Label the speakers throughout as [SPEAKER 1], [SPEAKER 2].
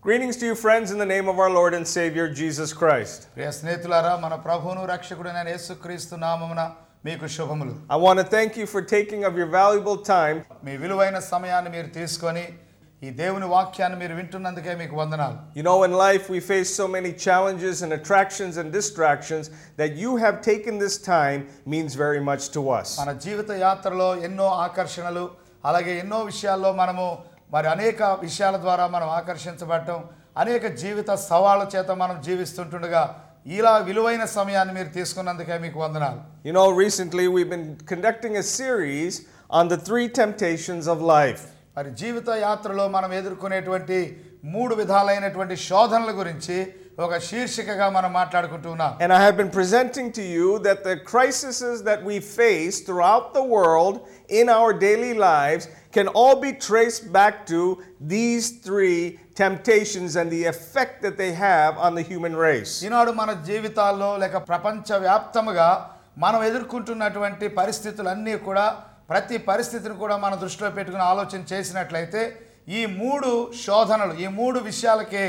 [SPEAKER 1] Greetings to you, friends, in the name of our Lord and Savior Jesus Christ.
[SPEAKER 2] ప్రియ స్నేహితులారా మన ప్రభువును రక్షకుడైన యేసుక్రీస్తు నామమున మీకు శుభములు
[SPEAKER 1] I want to thank you for taking of your valuable time
[SPEAKER 2] మీ విలువైన సమయాన్ని మీరు తీసుకొని ఈ దేవుని వాక్యాన్ని మీరు వింటున్నందుకే మీకు వందనాలు
[SPEAKER 1] You know, in life, we face so many challenges and attractions and distractions that you have taken this time means very much to us.
[SPEAKER 2] మన జీవిత యాత్రలో ఎన్నో ఆకర్షణలు అలాగే ఎన్నో విషయాల్లో మనము మరి అనేక విషయాల ద్వారా మనం ఆకర్షించబడటం అనేక జీవిత సవాళ్ళ చేత మనం జీవిస్తుంటుండగా ఇలా విలువైన సమయాన్ని మీరు తీసుకున్నందుకే మీకు వందనాలు
[SPEAKER 1] You know, recently we've been conducting a series on the three temptations of life.
[SPEAKER 2] మరి జీవిత యాత్రలో మనం ఎదుర్కొనేటువంటి మూడు విధాలైనటువంటి శోధనల గురించి ఒక శీర్షికగా మనం మాట్లాడుకుంటూ ఉన్నాం
[SPEAKER 1] And I have been presenting to you that the crises that we face throughout the world in our daily lives can all be traced back to these three temptations and the effect that they have on the human race.
[SPEAKER 2] ఈనాడు మన జీవితాల్లో లేక ప్రపంచవ్యాప్తముగా మనం ఎదుర్కొంటున్నటువంటి పరిస్థితులన్నీ కూడా ప్రతి పరిస్థితిని కూడా మన దృష్టిలో పెట్టుకుని ఆలోచన చేసినట్లయితే ఈ మూడు శోధనలు ఈ మూడు విషయాలకే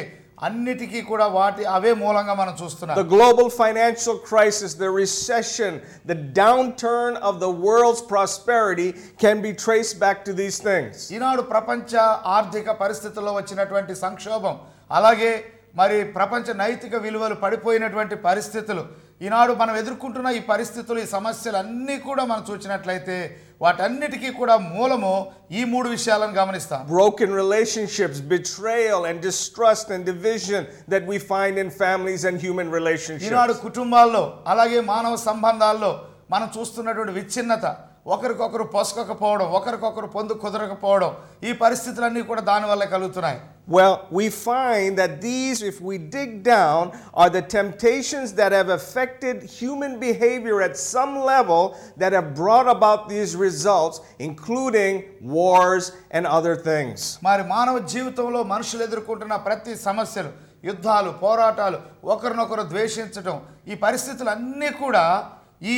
[SPEAKER 2] అన్నిటికీ కూడా వాటి అవే మూలంగా మనం చూస్తున్నాం
[SPEAKER 1] The global financial crisis, the recession, the downturn of the world's prosperity can be traced back to these things.
[SPEAKER 2] ఈనాడు ప్రపంచ ఆర్థిక పరిస్థితుల్లో వచ్చినటువంటి సంక్షోభం అలాగే మరి ప్రపంచ నైతిక విలువలు పడిపోయినటువంటి పరిస్థితులు ఈనాడు మనం ఎదుర్కొంటున్న ఈ పరిస్థితులు ఈ సమస్యలు అన్నీ కూడా మనం చూసినట్లయితే వాటన్నిటికీ కూడా మూలము ఈ మూడు విషయాలను గమనిస్తాం
[SPEAKER 1] broken relationships, betrayal and distrust and division that we find in families and human relationships.
[SPEAKER 2] ఈనాడు కుటుంబాల్లో అలాగే మానవ సంబంధాల్లో మనం చూస్తున్నటువంటి విచ్ఛిన్నత ఒకరికొకరు పొసకపోవడం ఒకరికొకరు పొందు కుదరకపోవడం ఈ పరిస్థితులన్నీ కూడా దానివల్ల కలుగుతున్నాయి
[SPEAKER 1] Well, we find that these, if we dig down, are the temptations that have affected human behavior at some level that have brought about these results, including wars and other things.
[SPEAKER 2] మరి మానవ జీవితంలో మనుషులు ఎదుర్కొంటున్న ప్రతి సమస్యలు యుద్ధాలు పోరాటాలు ఒకరినొకరు ద్వేషించడం ఈ పరిస్థితులు అన్నీ కూడా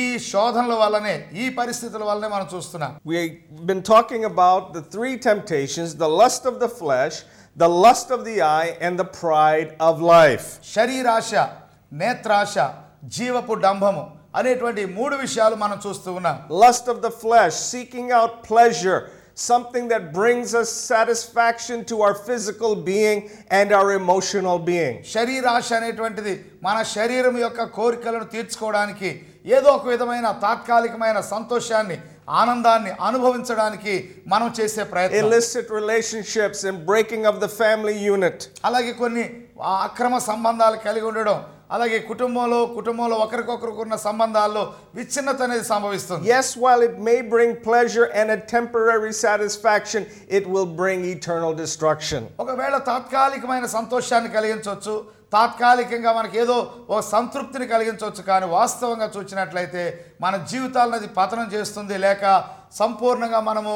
[SPEAKER 2] ఈ శోధనల వల్లనే ఈ పరిస్థితుల వల్లనే మనం చూస్తున్నాం
[SPEAKER 1] We've been talking about the three temptations the lust of the flesh, the lust of the eye, and the pride of life.
[SPEAKER 2] శరీరాశ నేత్రాశ జీవపు డంభము అనేటువంటి ఈ మూడు విషయాలు మనం చూస్తూ ఉన్నాం
[SPEAKER 1] lust of the flesh, seeking out pleasure, something that brings us satisfaction to our physical being and our emotional being.
[SPEAKER 2] శరీరాశ అనేటువంటిది మన శరీరం యొక్క కోరికలను తీర్చుకోవడానికి ఏదో ఒక విధమైన తాత్కాలికమైన సంతోషాన్ని ఆనందాన్ని అనుభవించడానికి మనం చేసే ప్రయత్నం
[SPEAKER 1] Illicit relationships and breaking of the family unit.
[SPEAKER 2] అలాగే కొన్ని ఆ అక్రమ సంబంధాలు కలిగి ఉండడం అలాగే కుటుంబంలో కుటుంబంలో ఒకరికొకరికి ఉన్న సంబంధాల్లో విచ్ఛిన్నత అనేది సంభవిస్తుంది
[SPEAKER 1] Yes, while it may bring pleasure and a temporary satisfaction, it will bring eternal destruction.
[SPEAKER 2] ఒకవేళ తాత్కాలికమైన సంతోషాన్ని కలిగించవచ్చు తాత్కాలికంగా మనకి ఏదో ఒక సంతృప్తిని కలిగించవచ్చు కానీ వాస్తవంగా చూసినట్లయితే మన జీవితాలను అది పతనం చేస్తుంది లేక సంపూర్ణంగా మనము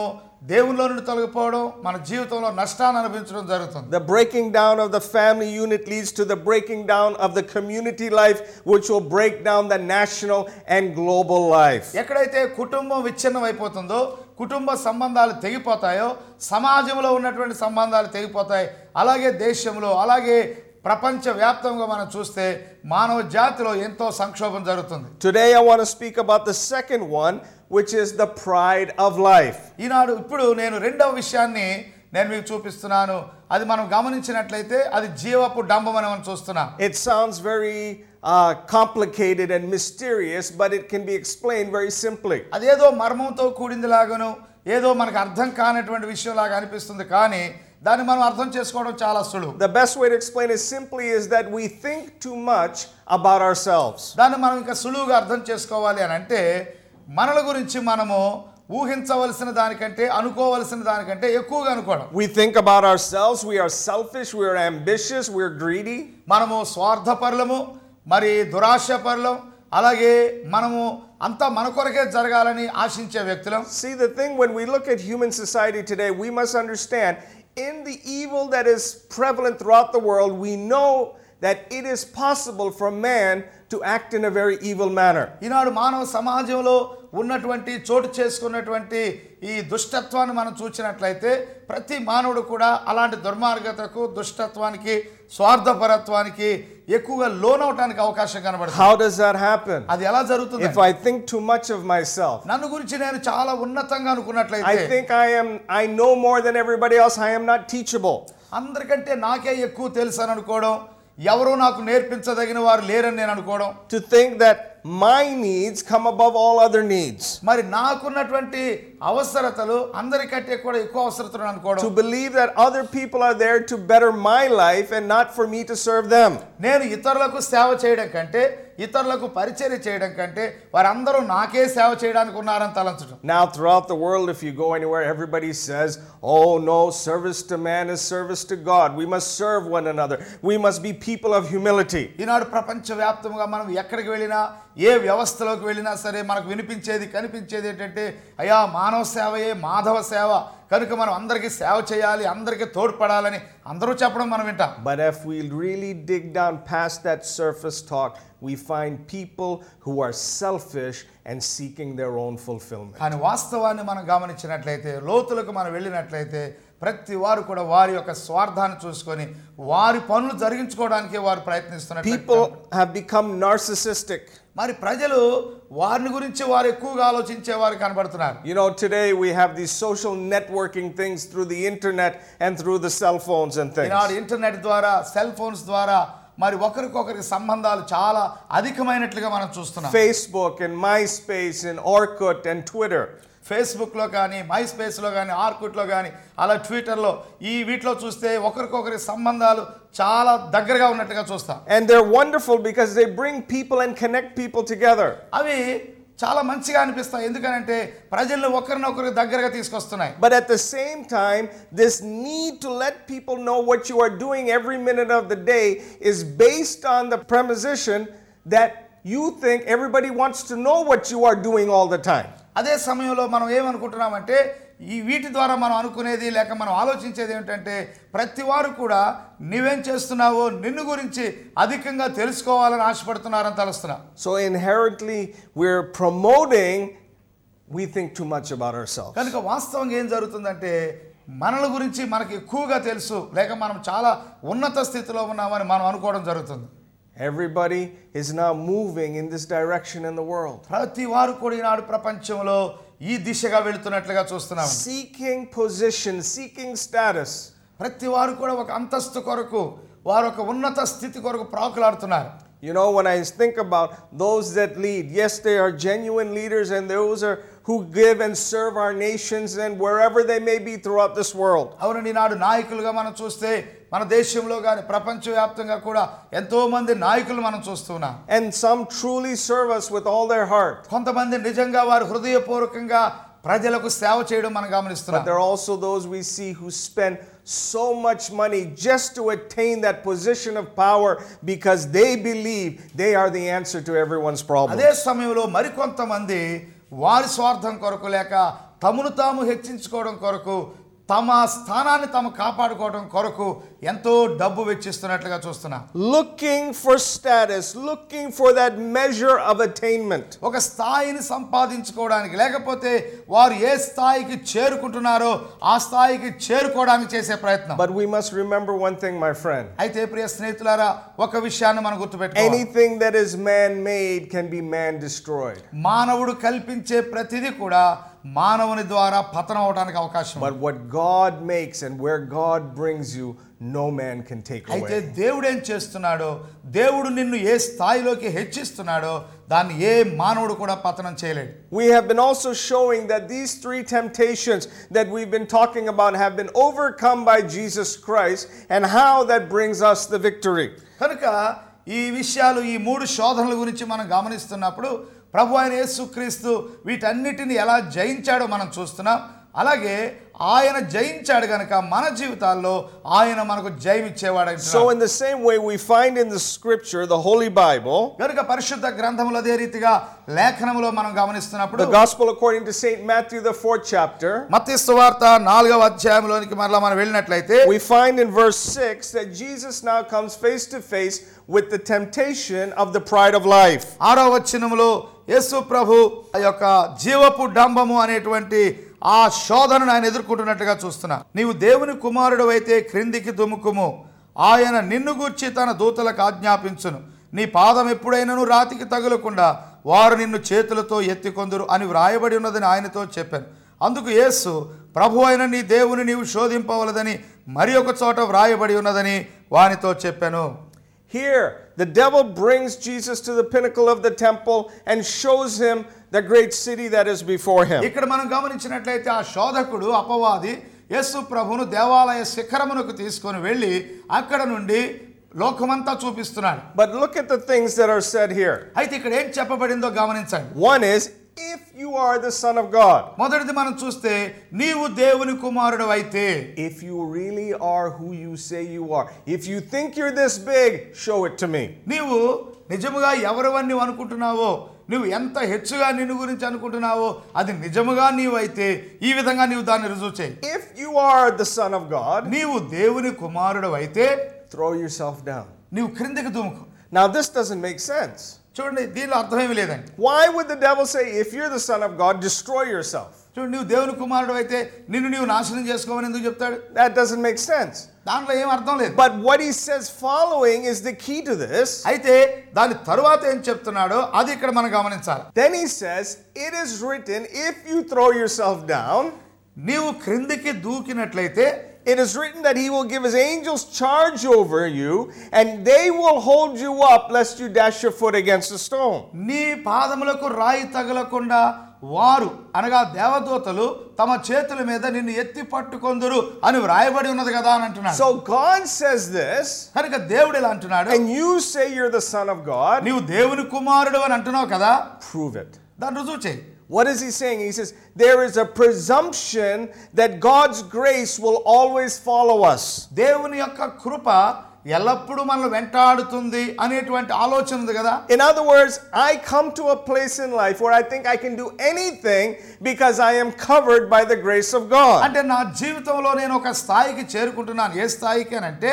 [SPEAKER 2] దేవునిలో నుండి తొలగిపోవడం మన జీవితంలో నష్టాన్ని అనుభవించడం జరుగుతుంది
[SPEAKER 1] The breaking down of the family unit leads to the breaking down of the community life, which will break down the national and global life.
[SPEAKER 2] ఎక్కడైతే కుటుంబం విచ్ఛిన్నం అయిపోతుందో కుటుంబ సంబంధాలు తెగిపోతాయో సమాజంలో ఉన్నటువంటి సంబంధాలు తెగిపోతాయి అలాగే దేశంలో అలాగే ప్రపంచవ్యాప్తంగా మనం చూస్తే మానవ జాతిలో ఎంతో సంక్షోభం జరుగుతుంది
[SPEAKER 1] Today, I want to speak about the second one, which is the pride of life.
[SPEAKER 2] ఈనాడు ఇప్పుడు నేను రెండవ విషయాన్ని నేను మీకు చూపిస్తున్నాను అది మనం గమనించినట్లయితే అది జీవపు డంబం అని మనం చూస్తున్నాం
[SPEAKER 1] It sounds very uh, complicated and mysterious, but it can be explained very simply.
[SPEAKER 2] అదేదో మర్మంతో కూడిందిలాగాను ఏదో మనకు అర్థం కానటువంటి విషయంలాగా అనిపిస్తుంది కానీ దాన్ని మనం అర్థం చేసుకోవడం చాలా సులువు
[SPEAKER 1] The best way to explain it simply is that we think too much about ourselves.
[SPEAKER 2] దాన్ని మనం ఇంకా సులువుగా అర్థం చేసుకోవాలి అని అంటే మనల గురించి మనము ఊహించవలసిన దానికంటే అనుకోవలసిన దానికంటే ఎక్కువగా అనుకోవడం
[SPEAKER 1] We think about ourselves, we are selfish, we are ambitious, we're greedy.
[SPEAKER 2] మనము స్వార్థపరులము మరి దురాశపరులం అలాగే మనము అంతా మన కొరకే జరగాలని ఆశించే వ్యక్తులం
[SPEAKER 1] See, the thing when we look at human society today, we must understand in the evil that is prevalent throughout the world, we know that it is possible for man to act in a very evil manner.
[SPEAKER 2] ఈనాడు మానవ సమాజంలో ఉన్నటువంటి చోటు చేసుకున్నటువంటి ఈ దుష్టత్వాన్ని మనం చూసినట్లయితే ప్రతి మానవుడు కూడా అలాంటి దుర్మార్గతకు దుష్టత్వానికి స్వార్థపరత్వానికి ఎక్కువగా లోనవటానికి అవకాశం కనబడుతుంది
[SPEAKER 1] How does that happen?
[SPEAKER 2] అది ఎలా జరుగుతుంది
[SPEAKER 1] If I think too much of myself,
[SPEAKER 2] నన్ను గురించి నేను చాలా ఉన్నతంగా
[SPEAKER 1] I
[SPEAKER 2] అనుకున్నట్లయితే
[SPEAKER 1] think I am I know more than everybody else, I am not teachable.
[SPEAKER 2] అందరికంటే నాకే ఎక్కువ తెలుసు అని అనుకోవడం ఎవరూ నాకు నేర్పించదగిన వారు లేరని నేను అనుకోవడం
[SPEAKER 1] To think that my needs come above all other needs.
[SPEAKER 2] మరి నాకున్నటువంటి అవసరతలు అందరికంటే కూడా ఎక్కువ అవసరతలు అని అనుకోవడం
[SPEAKER 1] To believe that other people are there to better my life and not for me to serve them.
[SPEAKER 2] నేను ఇతరులకు సేవ చేయడం కంటే ఇతరులకు పరిచయం చేయడం కంటే వారందరూ నాకే సేవ చేయడానికి ఉన్నారని తలంచడం
[SPEAKER 1] Now, throughout the world, if you go anywhere, everybody says, Oh no, service to man is service to God. We must serve one another. We must be people of humility.
[SPEAKER 2] ఈనాడు ప్రపంచవ్యాప్తంగా మనం ఎక్కడికి వెళ్ళినా ఏ వ్యవస్థలోకి వెళ్ళినా సరే మనకు వినిపించేది కనిపించేది ఏంటంటే అయ్యా మానవ సేవయే మాధవ సేవ కనుక మనం అందరికీ సేవ చేయాలి అందరికీ తోడ్పడాలని అందరూ చెప్పడం మనం వింటాం
[SPEAKER 1] But if we really dig down past that surface talk, we find people who are selfish and seeking their own fulfillment.
[SPEAKER 2] కానీ వాస్తవాన్ని మనం గమనించినట్లయితే లోతులకు మనం వెళ్ళినట్లయితే ప్రతి వారు కూడా వారి యొక్క స్వార్థాన్ని చూసుకొని వారి పనులు జరిగించుకోవడానికి వారు ప్రయత్నిస్తున్నట్టు
[SPEAKER 1] People have become narcissistic.
[SPEAKER 2] మరి ప్రజలు వారిని గురించి వారు ఎక్కువగా ఆలోచించేవారు కనబడుతున్నారు
[SPEAKER 1] You know, today we have these social networking things through the internet and through the cell phones and things.
[SPEAKER 2] ఈనాడు ఇంటర్నెట్ ద్వారా సెల్ ఫోన్స్ ద్వారా మరి ఒకరికొకరికి సంబంధాలు చాలా అధికమైనట్లుగా మనం చూస్తున్నాం
[SPEAKER 1] Facebook and MySpace and Orkut and Twitter.
[SPEAKER 2] ఫేస్బుక్లో కానీ మై స్పేస్లో కానీ ఆర్కుట్లో కానీ అలా ట్విట్టర్లో ఈ వీటిలో చూస్తే ఒకరికొకరి సంబంధాలు చాలా దగ్గరగా ఉన్నట్లుగా చూస్తాం
[SPEAKER 1] And they're wonderful because they bring people and connect people together.
[SPEAKER 2] అవి చాలా మంచిగా అనిపిస్తాయి ఎందుకనంటే ప్రజల్ని ఒకరినొకరు దగ్గరగా తీసుకొస్తున్నాయి
[SPEAKER 1] But at the same time, this need to let people know what you are doing every minute of the day is based on the preposition that you think everybody wants to know what you are doing all the time.
[SPEAKER 2] అదే సమయంలో మనం ఏమనుకుంటున్నామంటే ఈ వీటి ద్వారా మనం అనుకునేది లేక మనం ఆలోచించేది ఏమిటంటే ప్రతి వారు కూడా నువ్వేం చేస్తున్నావో నిన్ను గురించి అధికంగా తెలుసుకోవాలని ఆశపడుతున్నారని తలుస్తున్నా
[SPEAKER 1] So inherently, we're promoting, we think too much about ourselves.
[SPEAKER 2] కనుక వాస్తవంగా ఏం జరుగుతుందంటే మనల గురించి మనకి ఎక్కువగా తెలుసు లేక మనం చాలా ఉన్నత స్థితిలో ఉన్నామని మనం అనుకోవడం జరుగుతుంది
[SPEAKER 1] Everybody is now moving in this direction in the world,
[SPEAKER 2] ప్రతి వారు కూడా ఈనాడు ప్రపంచంలో ఈ దిశగా వెళుతున్నట్లుగా చూస్తున్నాం
[SPEAKER 1] seeking position, seeking status.
[SPEAKER 2] ప్రతి వారు కూడా ఒక అంతస్తు కొరకు వారు ఒక ఉన్నత స్థితి కొరకు ప్రాకులాడుతున్నారు
[SPEAKER 1] You know, when I think about those that lead, yes, they are genuine leaders and those are who give and serve our nations and wherever they may be throughout this world.
[SPEAKER 2] అవునండి నాడు నాయకులుగా మనం చూస్తే మన దేశంలో కానీ ప్రపంచవ్యాప్తంగా కూడా ఎంతో మంది నాయకులు మనం చూస్తున్నాం
[SPEAKER 1] And some truly serve us with all their heart.
[SPEAKER 2] కొంతమంది నిజంగా వారు హృదయపూర్వకంగా ప్రజలకు సేవ చేయడం మనం గమనిస్తున్నాం
[SPEAKER 1] But there are also those we see who spend so much money just to attain that position of power because they believe they are the answer to everyone's problem.
[SPEAKER 2] అదే సమయంలో మరికొంతమంది వారి స్వార్థం కొరకు లేక తమను తాము హెచ్చించుకోవడం కొరకు తమ స్థానాన్ని తాము కాపాడుకోవడం కొరకు ఎంతో డబ్బు వెచ్చిస్తున్నట్లుగా చూస్తున్నాం
[SPEAKER 1] Looking for status, looking for that measure of attainment.
[SPEAKER 2] ఒక స్థాయిని సంపాదించుకోవడానికి లేకపోతే వారు ఏ స్థాయికి చేరుకుంటున్నారో ఆ స్థాయికి చేరుకోవడానికి చేసే ప్రయత్నం
[SPEAKER 1] But we must remember one thing, my friend.
[SPEAKER 2] అయితే ప్రియ స్నేహితులారా ఒక విషయాన్ని మనం గుర్తుపెట్టుకోవాలి
[SPEAKER 1] Anything that is man made can be man destroyed.
[SPEAKER 2] మానవుడు కల్పించే ప్రతిదీ కూడా మానవుని ద్వారా పతనం అవడానికి అవకాశం ఉంది.
[SPEAKER 1] But what God makes and where God brings you, no man can take
[SPEAKER 2] అయితే
[SPEAKER 1] away.
[SPEAKER 2] దేవుడు ఏం చేస్తున్నాడో దేవుడు నిన్ను ఏ స్థాయిలోకి హెచ్చిస్తున్నాడో దాన్ని ఏ మానవుడు కూడా పతనం చేయలేడు
[SPEAKER 1] We have been also showing that these three temptations that we've been talking about have been overcome by Jesus Christ and how that brings us the victory.
[SPEAKER 2] కనుక ఈ విషయాలు ఈ మూడు శోధనల గురించి మనం గమనిస్తున్నప్పుడు ప్రభు అయిన యేసుక్రీస్తు వీటన్నిటిని ఎలా జయించాడో మనం చూస్తున్నాం అలాగే ఆయన జయించాడు గనక మన జీవితాల్లో ఆయన మనకు జయమిచ్చేవాడు
[SPEAKER 1] So, in the same way, we find in the scripture, the Holy Bible,
[SPEAKER 2] గనుక పరిశుద్ధ గ్రంథంలో అదే రీతిగా లేఖనంలో మనం గమనిస్తున్నప్పుడు
[SPEAKER 1] the Gospel according to St. Matthew, the fourth chapter,
[SPEAKER 2] మత్తయి సువార్త నాలుగవ అధ్యాయంలోనికి మరలా మనం వెళ్ళినట్లయితే
[SPEAKER 1] we find in verse 6 that Jesus now comes face to face with the temptation of the pride of life.
[SPEAKER 2] ఆరో వచనములో యేసు ప్రభు ఆ యొక్క జీవపు డంబము అనేటువంటి ఆ శోధనను ఆయన ఎదుర్కొంటున్నట్టుగా చూస్తున్నా నీవు దేవుని కుమారుడు అయితే క్రిందికి దుముకుము ఆయన నిన్ను గూర్చి తన దూతలకు ఆజ్ఞాపించును నీ పాదం ఎప్పుడైనాను రాతికి తగులకుండా వారు నిన్ను చేతులతో ఎత్తికొందురు అని వ్రాయబడి ఉన్నదని ఆయనతో చెప్పాను అందుకు యేసు ప్రభు అయిన నీ దేవుని నీవు శోధింపవలదని మరి ఒక చోట వ్రాయబడి ఉన్నదని వానితో చెప్పాను
[SPEAKER 1] Here, the devil brings Jesus to the pinnacle of the temple and shows him the great city that is before him.
[SPEAKER 2] ఇక్కడ మనం గమనించినట్లయితే ఆ శోధకుడు అపవాది యేసు ప్రభును దేవాలయ శిఖరమునకు తీసుకొని వెళ్ళి అక్కడ నుండి లోకమంతా చూపిస్తున్నాడు
[SPEAKER 1] But look at the things that are said here.
[SPEAKER 2] అయితే ఇక్కడ ఏం చెప్పబడిందో గమనించండి
[SPEAKER 1] One is, if you are the Son of God,
[SPEAKER 2] మొదటిది మనం చూస్తే నీవు దేవుని కుమారుడు అయితే
[SPEAKER 1] if you really are who you say you are, if you think you're this big, show it to me.
[SPEAKER 2] నీవు నిజముగా ఎవరివని నీవు అనుకుంటున్నావో నువ్వు ఎంత హెచ్చుగా నిన్ను గురించి అనుకుంటున్నావో అది నిజముగా నీవైతే ఈ విధంగా నీవు దాన్ని రుజువు చేయి
[SPEAKER 1] If you are the Son of God,
[SPEAKER 2] నీవు దేవుని కుమారుడు అయితే
[SPEAKER 1] throw yourself down.
[SPEAKER 2] నీవు క్రిందికి దుముకు
[SPEAKER 1] Now, this doesn't make sense.
[SPEAKER 2] చూడండి దీనిలో అర్థమేమి లేదండి
[SPEAKER 1] Why would the devil say, if you're the Son of God, destroy yourself?
[SPEAKER 2] చూడు నువ్వు దేవుని కుమారుడు అయితే నిన్ను నీవు నాశనం చేసుకోమని ఎందుకు చెప్తాడు
[SPEAKER 1] That doesn't make sense.
[SPEAKER 2] దాంట్లో ఏం అర్థం లేదు
[SPEAKER 1] But what he says following is the key to this.
[SPEAKER 2] అయితే దాని తరువాత ఏం చెప్తున్నాడో అది ఇక్కడ మనం గమనించాలి
[SPEAKER 1] Then he says, It is written, if you throw yourself down,
[SPEAKER 2] నీవు క్రిందికి దూకినట్లయితే
[SPEAKER 1] it is written that he will give his angels charge over you, and they will hold you up lest you dash your foot against a stone.
[SPEAKER 2] నీ పాదములకు రాయి తగలకుండా వారు అనగా దేవదూతలు తమ చేతుల మీద నిన్ను ఎత్తి పట్టుకొందురు అని వ్రాయబడి ఉన్నది కదా అని అంటున్నాడు
[SPEAKER 1] So God says this,
[SPEAKER 2] కనుక దేవుడు ఇలా అంటున్నాడు
[SPEAKER 1] and you say you're the Son of God,
[SPEAKER 2] నీవు దేవుని కుమారుడు అని అంటున్నావు కదా
[SPEAKER 1] prove it.
[SPEAKER 2] దాన్ని రుజువు చేయి
[SPEAKER 1] What is he saying? He says, There is a presumption that God's grace will always follow us.
[SPEAKER 2] దేవుని యొక్క కృప ఎల్లప్పుడూ మనల్ని వెంటాడుతుంది అనేటువంటి ఆలోచన ఉంది కదా
[SPEAKER 1] In other words, I come to a place in life where I think I can do anything because I am covered by the grace of God.
[SPEAKER 2] అంటే నా జీవితంలో నేను ఒక స్థాయికి చేరుకుంటున్నాను ఏ స్థాయికి అని అంటే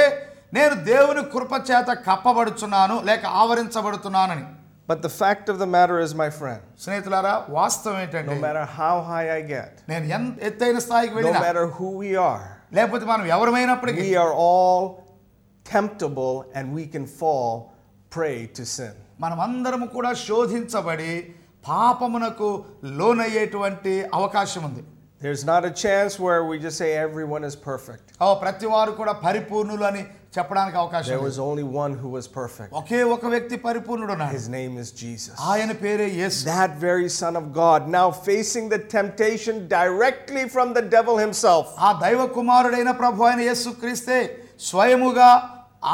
[SPEAKER 2] నేను దేవుని కృప చేత కప్పబడుచున్నాను లేక ఆవరించబడుతున్నానని
[SPEAKER 1] But the fact of the matter is, my friend,
[SPEAKER 2] స్నేహితులారా వాస్తవం ఏంటంటే
[SPEAKER 1] no matter how high I get,
[SPEAKER 2] నేను ఎంత ఎత్తైన స్థాయికి
[SPEAKER 1] no
[SPEAKER 2] వెళ్ళినా
[SPEAKER 1] matter who we are,
[SPEAKER 2] లేకపోతే మనం ఎవరమైనప్పటికీ
[SPEAKER 1] we are all temptable and we can fall prey to sin.
[SPEAKER 2] మనమందరం కూడా శోధించబడి పాపమునకు లోనయ్యేటువంటి అవకాశం ఉంది
[SPEAKER 1] There's not a chance where we just say everyone is perfect.
[SPEAKER 2] ఓ ప్రతి వారు కూడా పరిపూర్ణులు అని చెప్పడానికి అవకాశం
[SPEAKER 1] There
[SPEAKER 2] లేదు.
[SPEAKER 1] was only one who was perfect.
[SPEAKER 2] ఒకే ఒక వ్యక్తి పరిపూర్ణుడు ఉన్నాడు
[SPEAKER 1] His name is Jesus.
[SPEAKER 2] ఆయన పేరే యేసు
[SPEAKER 1] That very Son of God, now facing the temptation directly from the devil himself.
[SPEAKER 2] ఆ దైవ కుమారుడైన ప్రభు ఆయన యేసు క్రీస్తే స్వయముగా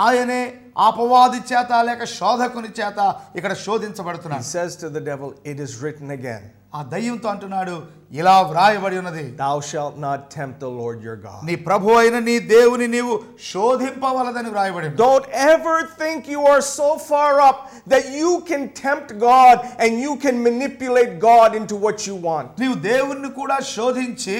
[SPEAKER 2] ఆయనే ఆ అపవాది చేత లేక శోధకుని చేత ఇక్కడ
[SPEAKER 1] He
[SPEAKER 2] శోధించబడుతున్నాడు
[SPEAKER 1] says to the devil, It is written again,
[SPEAKER 2] ఆ దయ్యంతో అంటున్నాడు ఇలా వ్రాయబడి ఉన్నది
[SPEAKER 1] Thou shalt not tempt the Lord your God.
[SPEAKER 2] నీ ప్రభు అయిన నీ దేవుని నీవు శోధింపవలదని వ్రాయబడి ఉంది.
[SPEAKER 1] Don't ever think you are so far up that you can tempt God and you can manipulate God into what you want.
[SPEAKER 2] నీవు దేవుణ్ణి కూడా శోధించి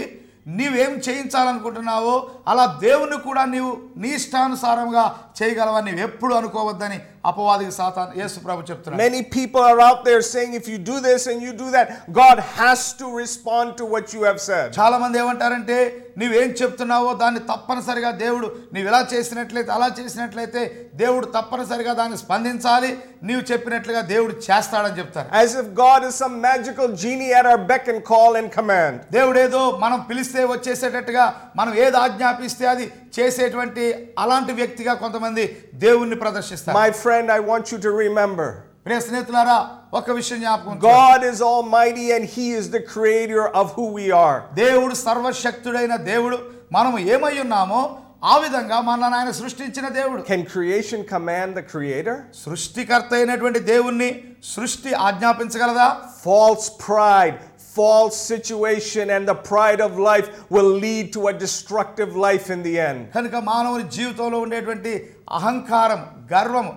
[SPEAKER 2] నీవేం చేయించాలనుకుంటున్నావో అలా దేవుణ్ణి కూడా నీవు నీ ఇష్టానుసారంగా చేయగలవని నీవు ఎప్పుడు అనుకోవద్దని అపవాదికి సాతాను యేసు ప్రభు చెప్తున్నాడు
[SPEAKER 1] Many people are out there saying, If you do this and you do that, God has to respond to what you have said.
[SPEAKER 2] చాలా మంది ఏమంటారంటే నువ్వేం చెప్తున్నావో దాన్ని తప్పనిసరిగా దేవుడు నువ్వు ఇలా చేసినట్లయితే అలా చేసినట్లయితే దేవుడు తప్పనిసరిగా దాన్ని స్పందించాలి నీవు చెప్పినట్లుగా దేవుడు చేస్తాడని చెప్తారు
[SPEAKER 1] As if God is some magical genie at our beck and call and command.
[SPEAKER 2] దేవుడు ఏదో మనం పిలిస్తే వచ్చేసేటట్టుగా మనం ఏది ఆజ్ఞాపిస్తే అది చేసేటువంటి అలాంటి వ్యక్తిగా కొంతమంది దేవుణ్ణి ప్రదర్శిస్తారు
[SPEAKER 1] My friend, I want you to remember
[SPEAKER 2] ప్రియ స్నేహితులారా ఒక విషయం జ్ఞాపకం ఉంచుకోండి.
[SPEAKER 1] God is almighty and He is the creator of who we are.
[SPEAKER 2] దేవుడు సర్వశక్తుడైన దేవుడు మనం ఏమై ఉన్నామో ఆ విధంగా మనల్ని ఆయన సృష్టించిన దేవుడు
[SPEAKER 1] Can creation command the creator?
[SPEAKER 2] సృష్టికర్త అయినటువంటి దేవుణ్ణి సృష్టి ఆజ్ఞాపించగలదా
[SPEAKER 1] False pride, false situation and the pride of life will lead to a destructive life in the end.
[SPEAKER 2] కనుక మానవుని జీవితంలో ఉండేటువంటి అహంకారం గర్వం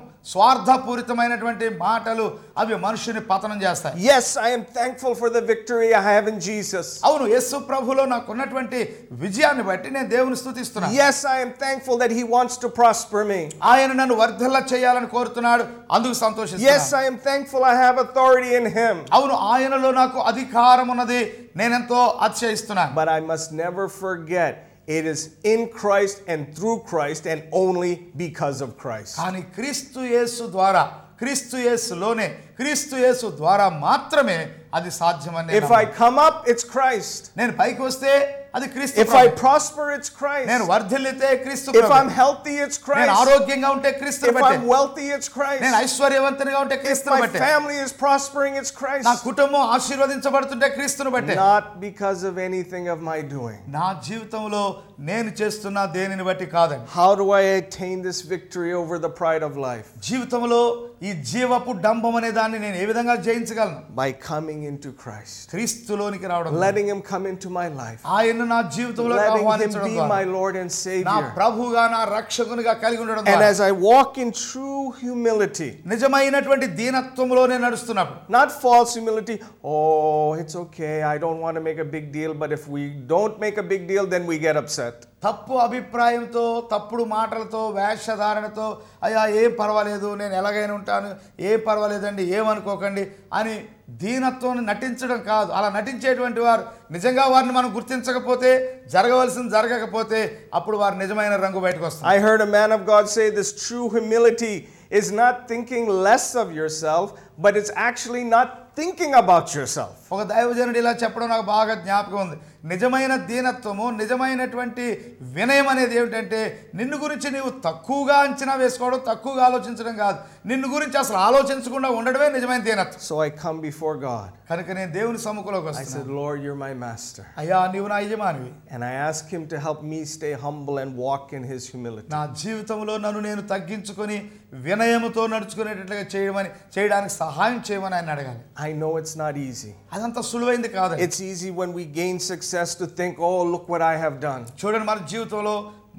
[SPEAKER 2] స్వార్థపూరితమైనటువంటి మాటలు అవి మనుషుని పతనం చేస్తాయి
[SPEAKER 1] Yes, I am thankful for the victory I have in Jesus.
[SPEAKER 2] అవును యేసు ప్రభులో నాకున్నటువంటి విజయాన్ని బట్టి నేను దేవుని స్థుతిస్తున్నాను
[SPEAKER 1] Yes, I am thankful that He wants to prosper me.
[SPEAKER 2] ఆయన నన్ను వర్ధల్ల చేయాలని కోరుతున్నాడు అందుకు
[SPEAKER 1] Yes,
[SPEAKER 2] సంతోషిస్తున్నాను
[SPEAKER 1] I am thankful I have authority in Him.
[SPEAKER 2] అవును ఆయనలో నాకు అధికారం ఉన్నది నేనెంతో అతిశయిస్తున్నాను
[SPEAKER 1] But I must never forget it is in Christ and through Christ and only because of Christ.
[SPEAKER 2] కానీ క్రీస్తు యేసు ద్వారా క్రీస్తు యేసులోనే క్రీస్తు యేసు ద్వారా మాత్రమే అది సాధ్యమని నేను
[SPEAKER 1] If I
[SPEAKER 2] నమ్ముతున్నాను.
[SPEAKER 1] come up, it's Christ.
[SPEAKER 2] నేను పైకి వస్తే అది క్రీస్తు
[SPEAKER 1] If I
[SPEAKER 2] Prabhu.
[SPEAKER 1] prosper, it's
[SPEAKER 2] నేను
[SPEAKER 1] Christ.
[SPEAKER 2] వర్ధిల్లితే క్రీస్తు
[SPEAKER 1] If
[SPEAKER 2] Prabhu.
[SPEAKER 1] I'm healthy, it's
[SPEAKER 2] నేను
[SPEAKER 1] Christ.
[SPEAKER 2] ఆరోగ్యంగా ఉంటే క్రీస్తు
[SPEAKER 1] If
[SPEAKER 2] బట్టే
[SPEAKER 1] I'm wealthy, it's
[SPEAKER 2] నేను
[SPEAKER 1] Christ.
[SPEAKER 2] ఐశ్వర్యవంతునిగా ఉంటే
[SPEAKER 1] If
[SPEAKER 2] క్రీస్తుని
[SPEAKER 1] my
[SPEAKER 2] బట్టే
[SPEAKER 1] family is prospering, it's
[SPEAKER 2] నా
[SPEAKER 1] Christ.
[SPEAKER 2] కుటుంబం ఆశీర్వదించబడుతుంటే క్రీస్తుని బట్టే
[SPEAKER 1] Not because of anything of my doing.
[SPEAKER 2] నా జీవితంలో నేను చేస్తున్న దేనిని బట్టి కాదండి
[SPEAKER 1] How do I attain this victory over the pride of life?
[SPEAKER 2] జీవితంలో ఈ జీవపు డంబం అనే దాన్ని నేను ఏ విధంగా జయించగలను
[SPEAKER 1] By coming into Christ,
[SPEAKER 2] క్రీస్తులోనికి రావడం
[SPEAKER 1] letting Him come into my life,
[SPEAKER 2] ఆయన నా జీవితంలో
[SPEAKER 1] letting Him
[SPEAKER 2] ఆహ్వానించడం
[SPEAKER 1] be
[SPEAKER 2] ద్వారా
[SPEAKER 1] my Lord and
[SPEAKER 2] నా
[SPEAKER 1] Savior.
[SPEAKER 2] ప్రభువుగా నా రక్షకునిగా కలిగి ఉండడం
[SPEAKER 1] And
[SPEAKER 2] ద్వారా
[SPEAKER 1] as I walk in true humility,
[SPEAKER 2] నిజమైనటువంటి దీనత్వంలో నేను నడుస్తున్నప్పుడు
[SPEAKER 1] not false humility, oh, it's okay, I don't want to make a big deal, but if we don't make a big deal, then we get upset.
[SPEAKER 2] తప్పు అభిప్రాయంతో తప్పుడు మాటలతో వేషధారణతో అయ్యా ఏం పర్వాలేదు నేను ఎలాగైనా ఉంటాను ఏం పర్వాలేదండి ఏమనుకోకండి అని దీనత్వాన్ని నటించడం కాదు అలా నటించేటువంటి వారు నిజంగా వారిని మనం గుర్తించకపోతే జరగవలసింది జరగకపోతే అప్పుడు వారు నిజమైన రంగు బయటకు వస్తుంది
[SPEAKER 1] I heard a man of God say this true humility is not thinking less of yourself, but it's actually not thinking about yourself.
[SPEAKER 2] ఒక దైవజనుడు ఇలా చెప్పడం నాకు బాగా జ్ఞాపకం ఉంది నిజమైన దీనత్వము నిజమైనటువంటి వినయం అనేది ఏమిటంటే నిన్ను గురించి నీవు తక్కువగా అంచనా వేసుకోవడం తక్కువగా ఆలోచించడం కాదు నిన్ను గురించి అసలు ఆలోచించకుండా ఉండడమే నిజమైన దీనత్వం
[SPEAKER 1] So I come before God.
[SPEAKER 2] కనుక నేను దేవుని సముఖంలోకి
[SPEAKER 1] I
[SPEAKER 2] వస్తాను
[SPEAKER 1] said, Lord, you're my master.
[SPEAKER 2] అయ్యా నీవు నా యజమానివి
[SPEAKER 1] And I ask him to help me stay humble and walk in his humility.
[SPEAKER 2] నా జీవితంలో నన్ను నేను తగ్గించుకొని వినయముతో నడుచుకునేటట్లుగా చేయమని చేయడానికి సహాయం చేయమని ఆయన అడగాలి
[SPEAKER 1] I know it's not easy.
[SPEAKER 2] అదంతా సులువైంది కాదు
[SPEAKER 1] It's easy when we gain success to think, oh, look what I have done.
[SPEAKER 2] చూడండి మన జీవితంలో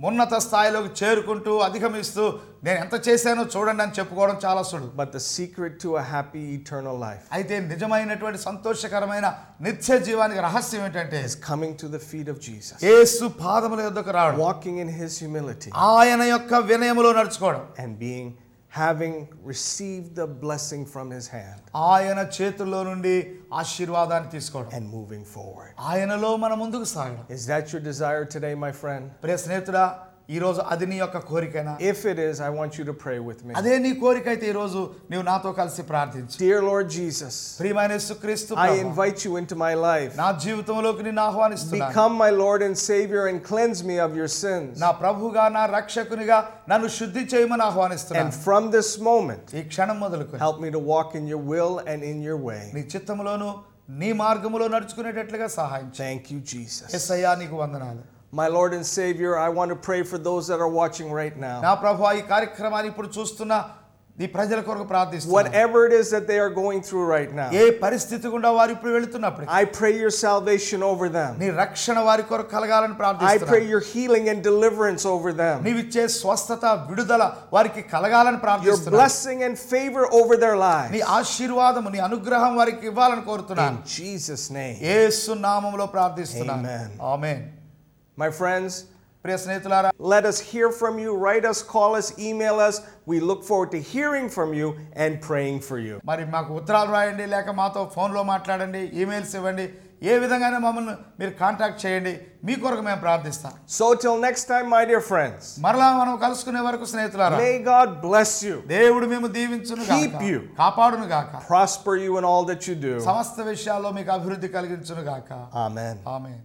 [SPEAKER 2] ఉన్నత స్థాయిలోకి చేరుకుంటూ అధిగమిస్తూ నేను ఎంత చేశానో చూడండి అని చెప్పుకోవడం చాలా సుడు
[SPEAKER 1] But the secret to a happy eternal life
[SPEAKER 2] అయితే నిజమైనటువంటి సంతోషకరమైన నిత్య జీవానికి రహస్యం ఏంటంటే
[SPEAKER 1] is coming to the feet of Jesus,
[SPEAKER 2] యేసు పాదముల యొద్దకు రావడం
[SPEAKER 1] walking in his humility,
[SPEAKER 2] ఆయన యొక్క వినయములో నడుచుకోవడం
[SPEAKER 1] and being having received the blessing from his hand
[SPEAKER 2] ఆయన చేతుల్లో నుండి ఆశీర్వాదాన్ని తీసుకోవడం
[SPEAKER 1] and moving forward.
[SPEAKER 2] ఆయనలో మన ముందుకు సాగడం
[SPEAKER 1] Is that your desire today, my friend?
[SPEAKER 2] ప్రియ స్నేహితుడా ఈరోజు అది నీ యొక్క కోరికైనా
[SPEAKER 1] If it is, I want you to pray with me.
[SPEAKER 2] అదే నీ కోరిక అయితే ఈరోజు నీవు నాతో కలిసి ప్రార్థించు
[SPEAKER 1] Dear Lord Jesus,
[SPEAKER 2] ప్రియమైన యేసుక్రీస్తు
[SPEAKER 1] I
[SPEAKER 2] ప్రభువా,
[SPEAKER 1] invite you into my life.
[SPEAKER 2] నా జీవితంలోకి నిన్ను ఆహ్వానిస్తున్నాను
[SPEAKER 1] Become my Lord and Savior and cleanse me of your sins.
[SPEAKER 2] నా ప్రభుగా నా రక్షకునిగా నన్ను శుద్ధి చేయమని
[SPEAKER 1] And
[SPEAKER 2] ఆహ్వానిస్తున్నాను
[SPEAKER 1] from this moment,
[SPEAKER 2] ఈ క్షణం మొదలుకొని
[SPEAKER 1] help me to walk in your will and in your way.
[SPEAKER 2] నీ చిత్తములోను నీ మార్గములో నడుచుకునేటట్లుగా సహాయం చేయి
[SPEAKER 1] Thank you, Jesus.
[SPEAKER 2] ఎస్ అయ్యా నీకు వందనాలు
[SPEAKER 1] My Lord and Savior, I want to pray for those that are watching right now.
[SPEAKER 2] నా ప్రభు ఈ కార్యక్రమాన్ని ఇప్పుడు చూస్తున్న నీ ప్రజల కొరకు ప్రార్థిస్తున్నాను
[SPEAKER 1] Whatever it is that they are going through right now,
[SPEAKER 2] ఏ పరిస్థితి గుండా వారు ఇప్పుడు వెళుతున్నప్పుడు
[SPEAKER 1] I pray your salvation over them.
[SPEAKER 2] నీ రక్షణ వారి కొరకు
[SPEAKER 1] I
[SPEAKER 2] కలగాలని
[SPEAKER 1] pray
[SPEAKER 2] ప్రార్థిస్తున్నాను
[SPEAKER 1] your healing and deliverance over them.
[SPEAKER 2] నీవిచ్చే స్వస్థత విడుదల వారికి కలగాలని
[SPEAKER 1] Your
[SPEAKER 2] ప్రార్థిస్తున్నాను
[SPEAKER 1] blessing and favor over their
[SPEAKER 2] నీ
[SPEAKER 1] lives.
[SPEAKER 2] ఆశీర్వాదము నీ అనుగ్రహం వారికి ఇవ్వాలని కోరుతున్నాను
[SPEAKER 1] In Jesus' name.
[SPEAKER 2] ఏసు నామములో ప్రార్థిస్తున్నాను
[SPEAKER 1] Amen.
[SPEAKER 2] ఆమేన్
[SPEAKER 1] My friends,
[SPEAKER 2] ప్రియ స్నేహితులారా
[SPEAKER 1] Let us hear from you. Write us, call us, email us. We look forward to hearing from you and praying for you.
[SPEAKER 2] మరి మాకు ఉత్తరాలు రాయండి లేక మాతో ఫోన్లో మాట్లాడండి ఈమెయిల్స్ ఇవ్వండి ఏ విధంగానే మమ్మల్ని మీరు కాంటాక్ట్ చేయండి మీ కొరకు మేము ప్రార్థిస్తాం
[SPEAKER 1] So, till next time, my dear friends,
[SPEAKER 2] మరలా మనం కలుసుకునే వరకు స్నేహితులారా
[SPEAKER 1] may God bless you,
[SPEAKER 2] దేవుడు మేము దీవించును గాక,
[SPEAKER 1] Keep you.
[SPEAKER 2] కాపాడును గాక
[SPEAKER 1] prosper you in all that you do.
[SPEAKER 2] సమస్త విషయాల్లో మీకు అభివృద్ధి కలిగించును గాక
[SPEAKER 1] Amen.
[SPEAKER 2] ఆమె